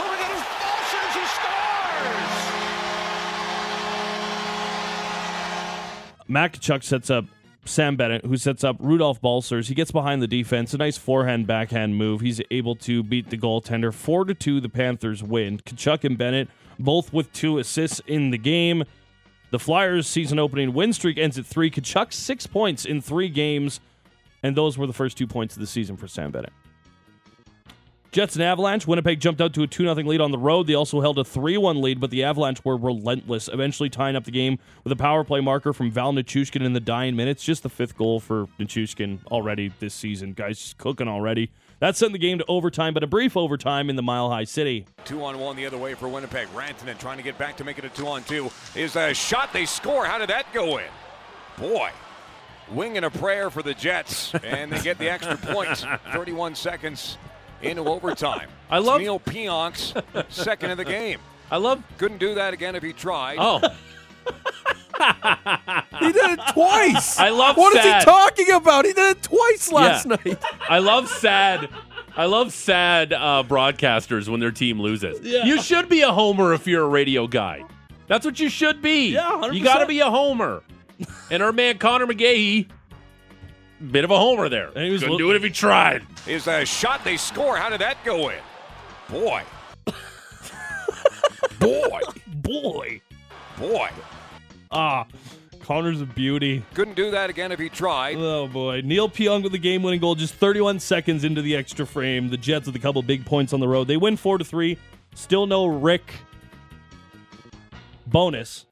Balsers, he scores!
Matt Kachuk sets up Sam Bennett, who sets up Rudolph Balsers. He gets behind the defense. A nice forehand, backhand move. He's able to beat the goaltender. 4 to 2, the Panthers win. Kachuk and Bennett both with two assists in the game. The Flyers' season opening win streak ends at three. Kachuk, six points in three games. And those were the first two points of the season for Sam Bennett. Jets and Avalanche. Winnipeg jumped out to a 2 0 lead on the road. They also held a 3 1 lead, but the Avalanche were relentless, eventually tying up the game with a power play marker from Val Nichushkin in the dying minutes. Just the fifth goal for Nichushkin already this season. Guys, just cooking already. That sent the game to overtime, but a brief overtime in the Mile High City.
Two on one the other way for Winnipeg. Rantanen trying to get back to make it a two on two. Is a shot they score. How did that go in? Boy. Wing and a prayer for the Jets, and they get the extra point. 31 seconds into overtime.
I love-
It's Neil Pionk's second of the game.
I love.
Couldn't do that again if he tried.
Oh,
He did it twice.
I love
What is
sad.
he talking about? He did it twice last
Yeah.
night.
I love sad. I love sad uh, broadcasters when their team loses.
Yeah.
You should be a homer if you're a radio guy. That's what you should be.
Yeah, 100%.
you got to be a homer. And our man Connor McGahee, bit of a homer there.
he was
Couldn't
look-
do it if he tried.
Is a shot they score. How did that go in? Boy. Boy.
Boy.
Boy.
Ah, Connor's a beauty.
Couldn't do that again if he tried.
Oh boy, Neil Pionk with the game-winning goal just 31 seconds into the extra frame. The Jets with a couple big points on the road. They win four to three. Still no Rick. Bonus.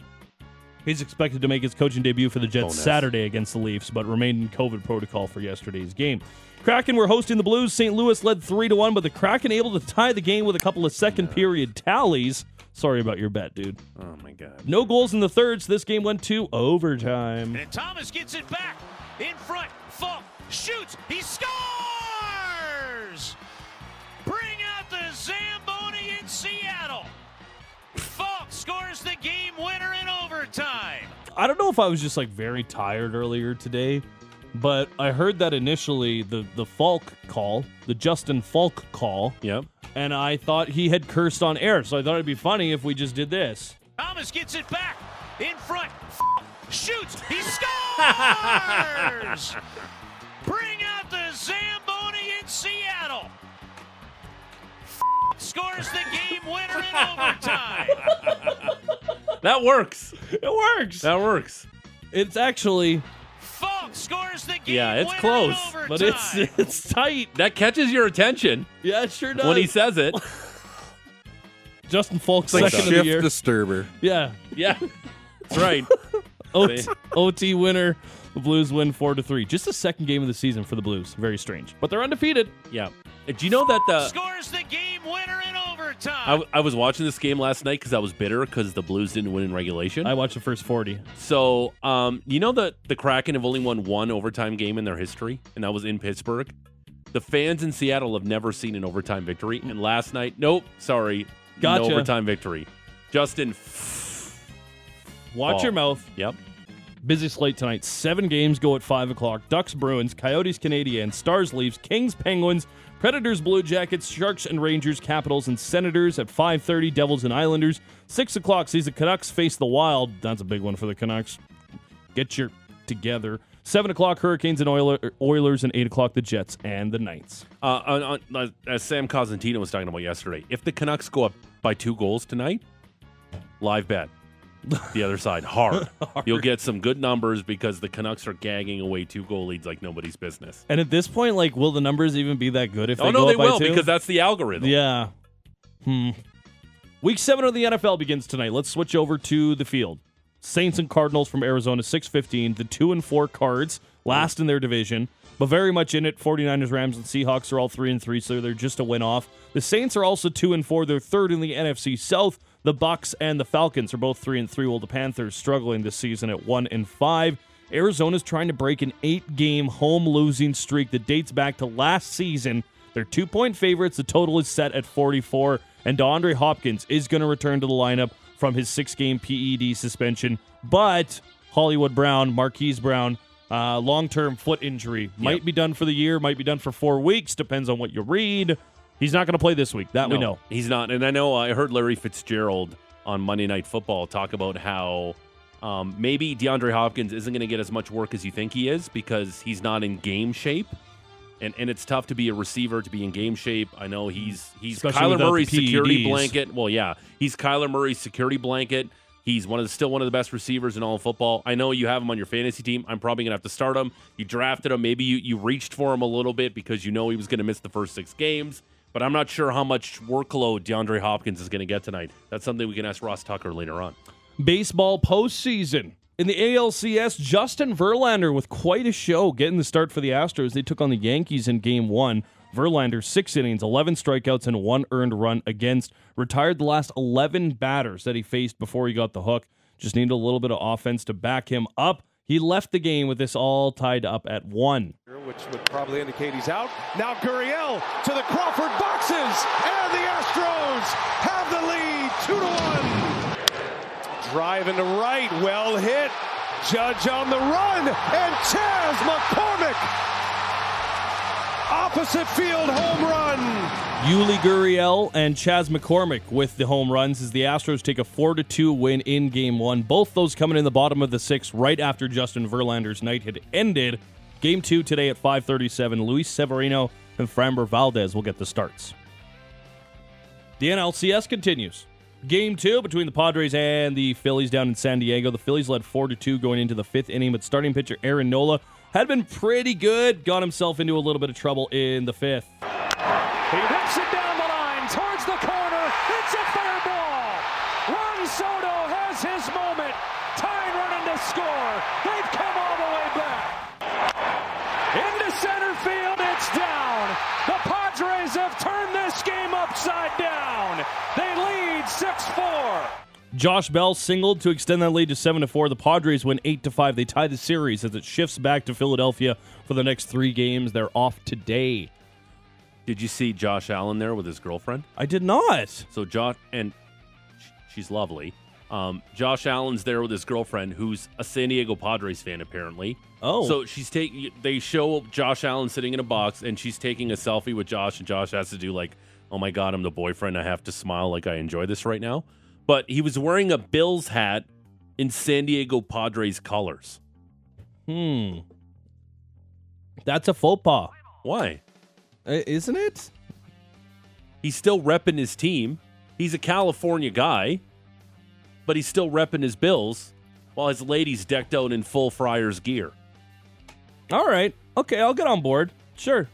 He's expected to make his coaching debut for the Jets Saturday against the Leafs, but remained in COVID protocol for yesterday's game. Kraken were hosting the Blues. St. Louis led three to one, but the Kraken able to tie the game with a couple of second period tallies. Sorry about your bet, dude.
Oh my god.
No goals in the third, so this game went to overtime.
And Thomas gets it back in front. Falk shoots. He scores. Bring out the Zamboni in Seattle. Falk scores the game winner in overtime.
I don't know if I was just like very tired earlier today, but I heard that initially the the Falk call, the Justin Falk call,
Yep.
and I thought he had cursed on air, so I thought it'd be funny if we just did this.
Thomas gets it back in front. Falk shoots. He scores. Bring out the Zamboni in Seattle. Falk scores the game winner in overtime.
That works.
It works.
That works.
It's actually,
Falk scores the game.
Yeah, it's
winner in
close,
overtime.
but it's it's tight.
That catches your attention
Yeah, it sure does.
when he says it.
Justin Falk
Like
second of the year.
shift disturber.
yeah,
Yeah. That's right.
OT, OT winner. The Blues win four to three. Just the second game of the season for the Blues. Very strange, but they're undefeated.
Yeah. Uh, Do you know that the
scores the game winner in
I,
overtime.
w- I was watching this game last night because I was bitter because the Blues didn't win in regulation.
I watched the first forty.
so, um, you know that the Kraken have only won one overtime game in their history, and that was in Pittsburgh. The fans in Seattle have never seen an overtime victory, and last night, nope, sorry,
Gotcha.
no overtime victory. Justin,
Watch
Oh.
your mouth.
yep,
Busy slate tonight. Seven games go at five o'clock. Ducks, Bruins, Coyotes, Canadiens, Stars, Leafs, Kings, Penguins, Predators, Blue Jackets, Sharks, and Rangers, Capitals, and Senators at five thirty. Devils and Islanders. Six o'clock sees the Canucks face the Wild. That's a big one for the Canucks. Get your together. Seven o'clock Hurricanes and Oiler, Oilers, and eight o'clock the Jets and the Knights.
uh, on, on, uh, as Sam Cosentino was talking about yesterday, if the Canucks go up by two goals tonight, live bet the other side hard. You'll get some good numbers because the Canucks are gagging away two goal leads like nobody's business.
And at this point, like, will the numbers even be that good if
oh
they
no,
go
they
up by
will
two?
because that's the algorithm.
Yeah. Hmm. Week seven of the NFL begins tonight. Let's switch over to the field. Saints and Cardinals from Arizona, 615. The two and four cards, last in their division, but very much in it. 49ers, Rams, and Seahawks are all three and three, so they're just a win off. The Saints are also two and four. They're third in the NFC South. The Bucks and the Falcons are both three and three, while the Panthers struggling this season at one and five. Arizona's trying to break an eight game home losing streak that dates back to last season They're two point favorites. The total is set at 44, and DeAndre Hopkins is going to return to the lineup from his six game PED suspension. But Hollywood Brown, Marquise Brown, uh, long term foot injury might be done for the year, might be done for four weeks. Depends on what you read. He's not going to play this week. That we
No,
know.
He's not. And I know uh, I heard Larry Fitzgerald on Monday Night Football talk about how um, maybe DeAndre Hopkins isn't going to get as much work as you think he is because he's not in game shape. And, and it's tough to be a receiver to be in game shape. I know he's he's
Especially
Kyler
without the
Murray's security
PEDs.
blanket. Well, yeah, he's Kyler Murray's security blanket. He's one of the, still one of the best receivers in all of football. I know you have him on your fantasy team. I'm probably gonna have to start him. You drafted him. Maybe you you reached for him a little bit because you know he was gonna miss the first six games. But I'm not sure how much workload DeAndre Hopkins is gonna get tonight. That's something we can ask Ross Tucker later on.
baseball postseason. In the ALCS, Justin Verlander with quite a show getting the start for the Astros. They took on the Yankees in game one. Verlander, six innings, 11 strikeouts, and one earned run against. Retired the last 11 batters that he faced before he got the hook. Just needed a little bit of offense to back him up. He left the game with this all tied up at one.
which would probably indicate he's out. Now Gurriel to the Crawford boxes, and the Astros have the lead, two to one. Drive into right, well hit. Judge on the run, and Chaz McCormick, opposite field home run.
Yuli Gurriel and Chaz McCormick with the home runs as the Astros take a 4 2 win in game one. Both those coming in the bottom of the sixth right after Justin Verlander's night had ended. Game two today at 537. Luis Severino and Framber Valdez will get the starts. The NLCS continues. Game two between the Padres and the Phillies down in San Diego. The Phillies led 4 to 2 going into the fifth inning, but starting pitcher Aaron Nola had been pretty good, got himself into a little bit of trouble in the fifth.
He whips it down the line towards the corner. It's a fair ball. Juan Soto has his moment. Tying running to score. They've come all the way back. Into center field, it's down. The Padres have turned this game upside down. They lead 6 4.
Josh Bell singled to extend that lead to seven to four. The Padres win eight to five. They tie the series as it shifts back to Philadelphia for the next three games. They're off today.
Did you see Josh Allen there with his girlfriend?
I did not.
So Josh and sh- she's lovely. Um, Josh Allen's there with his girlfriend, who's a San Diego Padres fan, apparently.
Oh.
so she's taking. They show Josh Allen sitting in a box, and she's taking a selfie with Josh, and Josh has to do like, "Oh my God, I'm the boyfriend. I have to smile like I enjoy this right now." But he was wearing a Bills hat in San Diego Padres colors.
Hmm. That's a faux pas,
Why?
isn't it?
He's still repping his team. He's a California guy, but he's still repping his Bills while his lady's decked out in full Friars gear.
All right. Okay, I'll get on board. Sure.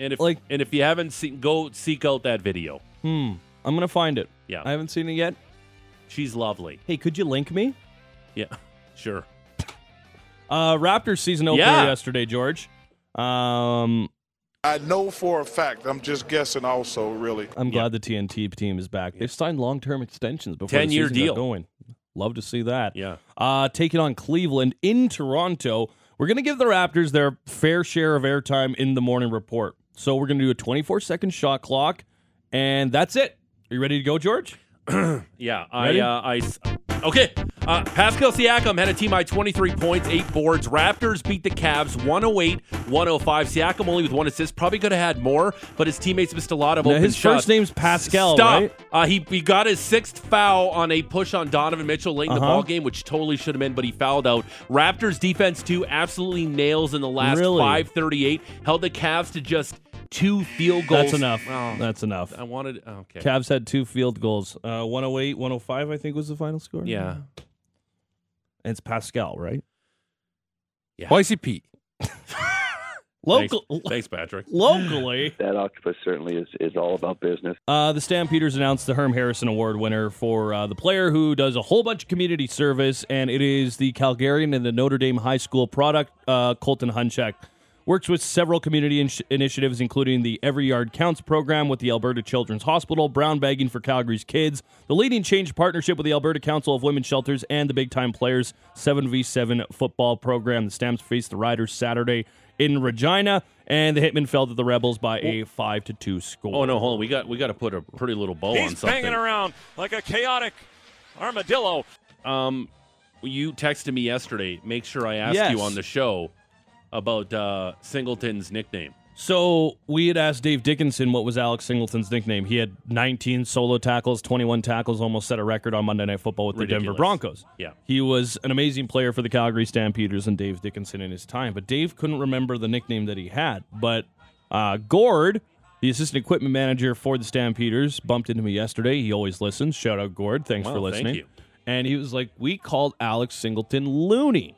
And if
Like-
and if you haven't seen, go seek out that video.
Hmm. I'm gonna find it.
Yeah.
I haven't seen it yet.
She's lovely.
Hey, could you link me?
Yeah, sure.
Uh, Raptors season opener
Yeah.
yesterday, George. Um,
I know for a fact. I'm just guessing. Also, really,
I'm glad the TNT team is back. They've signed long term extensions before
10
the
year
season
deal.
got going. Love to see that.
Yeah.
Uh, taking on Cleveland in Toronto. We're going to give the Raptors their fair share of airtime in the morning report. So we're going to do a 24 second shot clock, and that's it. Are you ready to go, George?
Yeah,
Ready?
I, uh, I. s- Okay, uh, Pascal Siakam had a team high 23 points, eight boards. Raptors beat the Cavs 108, 105. Siakam only with one assist. Probably could have had more, but his teammates missed a lot of
Now,
open
his
shots.
first name's Pascal,
Stop.
right?
Uh, he he got his sixth foul on a push on Donovan Mitchell late in the
Uh-huh.
ball game, which totally should have been, but he fouled out. Raptors defense too absolutely nails in the last
Really?
5:38. Held the Cavs to just two field goals.
That's enough.
Oh,
That's enough.
I wanted oh, okay.
Cavs had two field goals uh, 108, 105, I think was the final score.
Yeah.
And it's Pascal, right?
YCP.
Local.
Thanks, thanks Patrick.
Locally.
That octopus certainly is, is all about business.
Uh, the Stampeders announced the Herm Harrison Award winner for uh, the player who does a whole bunch of community service, and it is the Calgarian and the Notre Dame High School product, uh, Colton Hunchak. Works with several community in- initiatives, including the Every Yard Counts program with the Alberta Children's Hospital, Brown Bagging for Calgary's Kids, the Leading Change partnership with the Alberta Council of Women's Shelters, and the Big Time Players 7v7 football program. The Stamps face the Riders Saturday in Regina, and the Hitmen fell to the Rebels by a five to two score.
Oh no, hold on. We got we got to put a pretty little bow on
He's
something.
hanging around like a chaotic armadillo.
Um, you texted me yesterday. Make sure I ask
Yes.
you on the show about uh, Singleton's nickname.
So we had asked Dave Dickinson what was Alex Singleton's nickname. He had 19 solo tackles, 21 tackles, almost set a record on Monday Night Football with the Denver
Ridiculous.
Broncos.
Yeah.
He was an amazing player for the Calgary Stampeders and Dave Dickinson in his time, but Dave couldn't remember the nickname that he had. But uh, Gord, the assistant equipment manager for the Stampeders, bumped into me yesterday. He always listens. Shout out Gord. Thanks
Wow,
for
thank
listening.
you.
And he was like, We called Alex Singleton Looney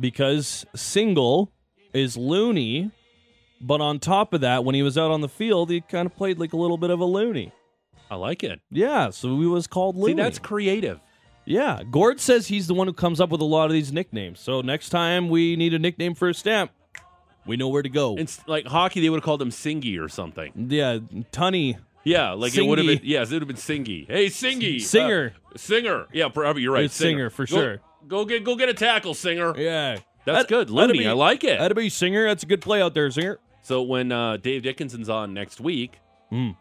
because single is loony. But on top of that, when he was out on the field, he kind of played like a little bit of a loony.
I like it.
Yeah, so he was called loony.
See, that's creative.
Yeah, Gord says he's the one who comes up with a lot of these nicknames. So next time we need a nickname for a stamp, we know where to go.
It's like hockey; they would have called him Singy or something.
yeah, Tunny.
Yeah, like it would have
Singy.
been. Yes, it would have been Singy. Hey, Singy,
Singer.
Uh, singer. Yeah, probably you're right.
It's Singer, for
Go-
sure.
Go get go get a tackle, Singer.
Yeah,
That's
That-
good,
that'd
Looney.
be-
I like it.
That'd be Singer. That's a good play out there, Singer.
So when uh, Dave Dickinson's on next week,
Mm.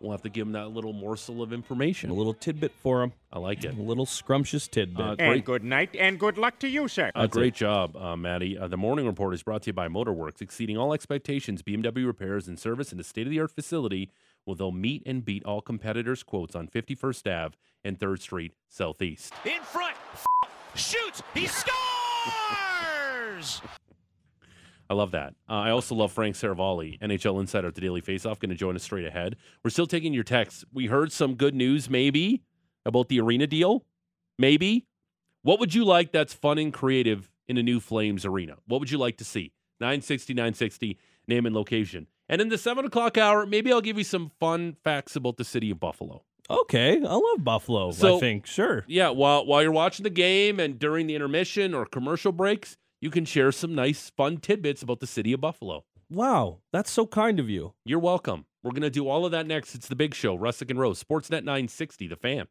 we'll have to give him that little morsel of information.
A little tidbit for him.
I like it.
A little scrumptious tidbit.
Uh,
And
great,
good night and good luck to you, sir.
uh, great job, uh, Maddie. Uh, the Morning Report is brought to you by Motorworks, exceeding all expectations. BMW repairs and service in a state-of-the-art facility where they'll meet and beat all competitors' quotes on 51st Ave and 3rd Street Southeast.
In front, shoots, he scores!
I love that. Uh, I also love Frank Saravalli, NHL insider at the Daily Faceoff, going to join us straight ahead. We're still taking your texts. We heard some good news, maybe, about the arena deal. Maybe. What would you like that's fun and creative in a new Flames arena? What would you like to see? 960, 960, name and location. And in the 7 o'clock hour, maybe I'll give you some fun facts about the city of Buffalo.
Okay, I love Buffalo.
So-
I think sure.
Yeah, while, while you're watching the game and during the intermission or commercial breaks, you can share some nice, fun tidbits about the city of Buffalo.
Wow, that's so kind of you.
You're welcome. We're going to do all of that next. It's the big show, Russick and Rose, Sportsnet 960, The Fan.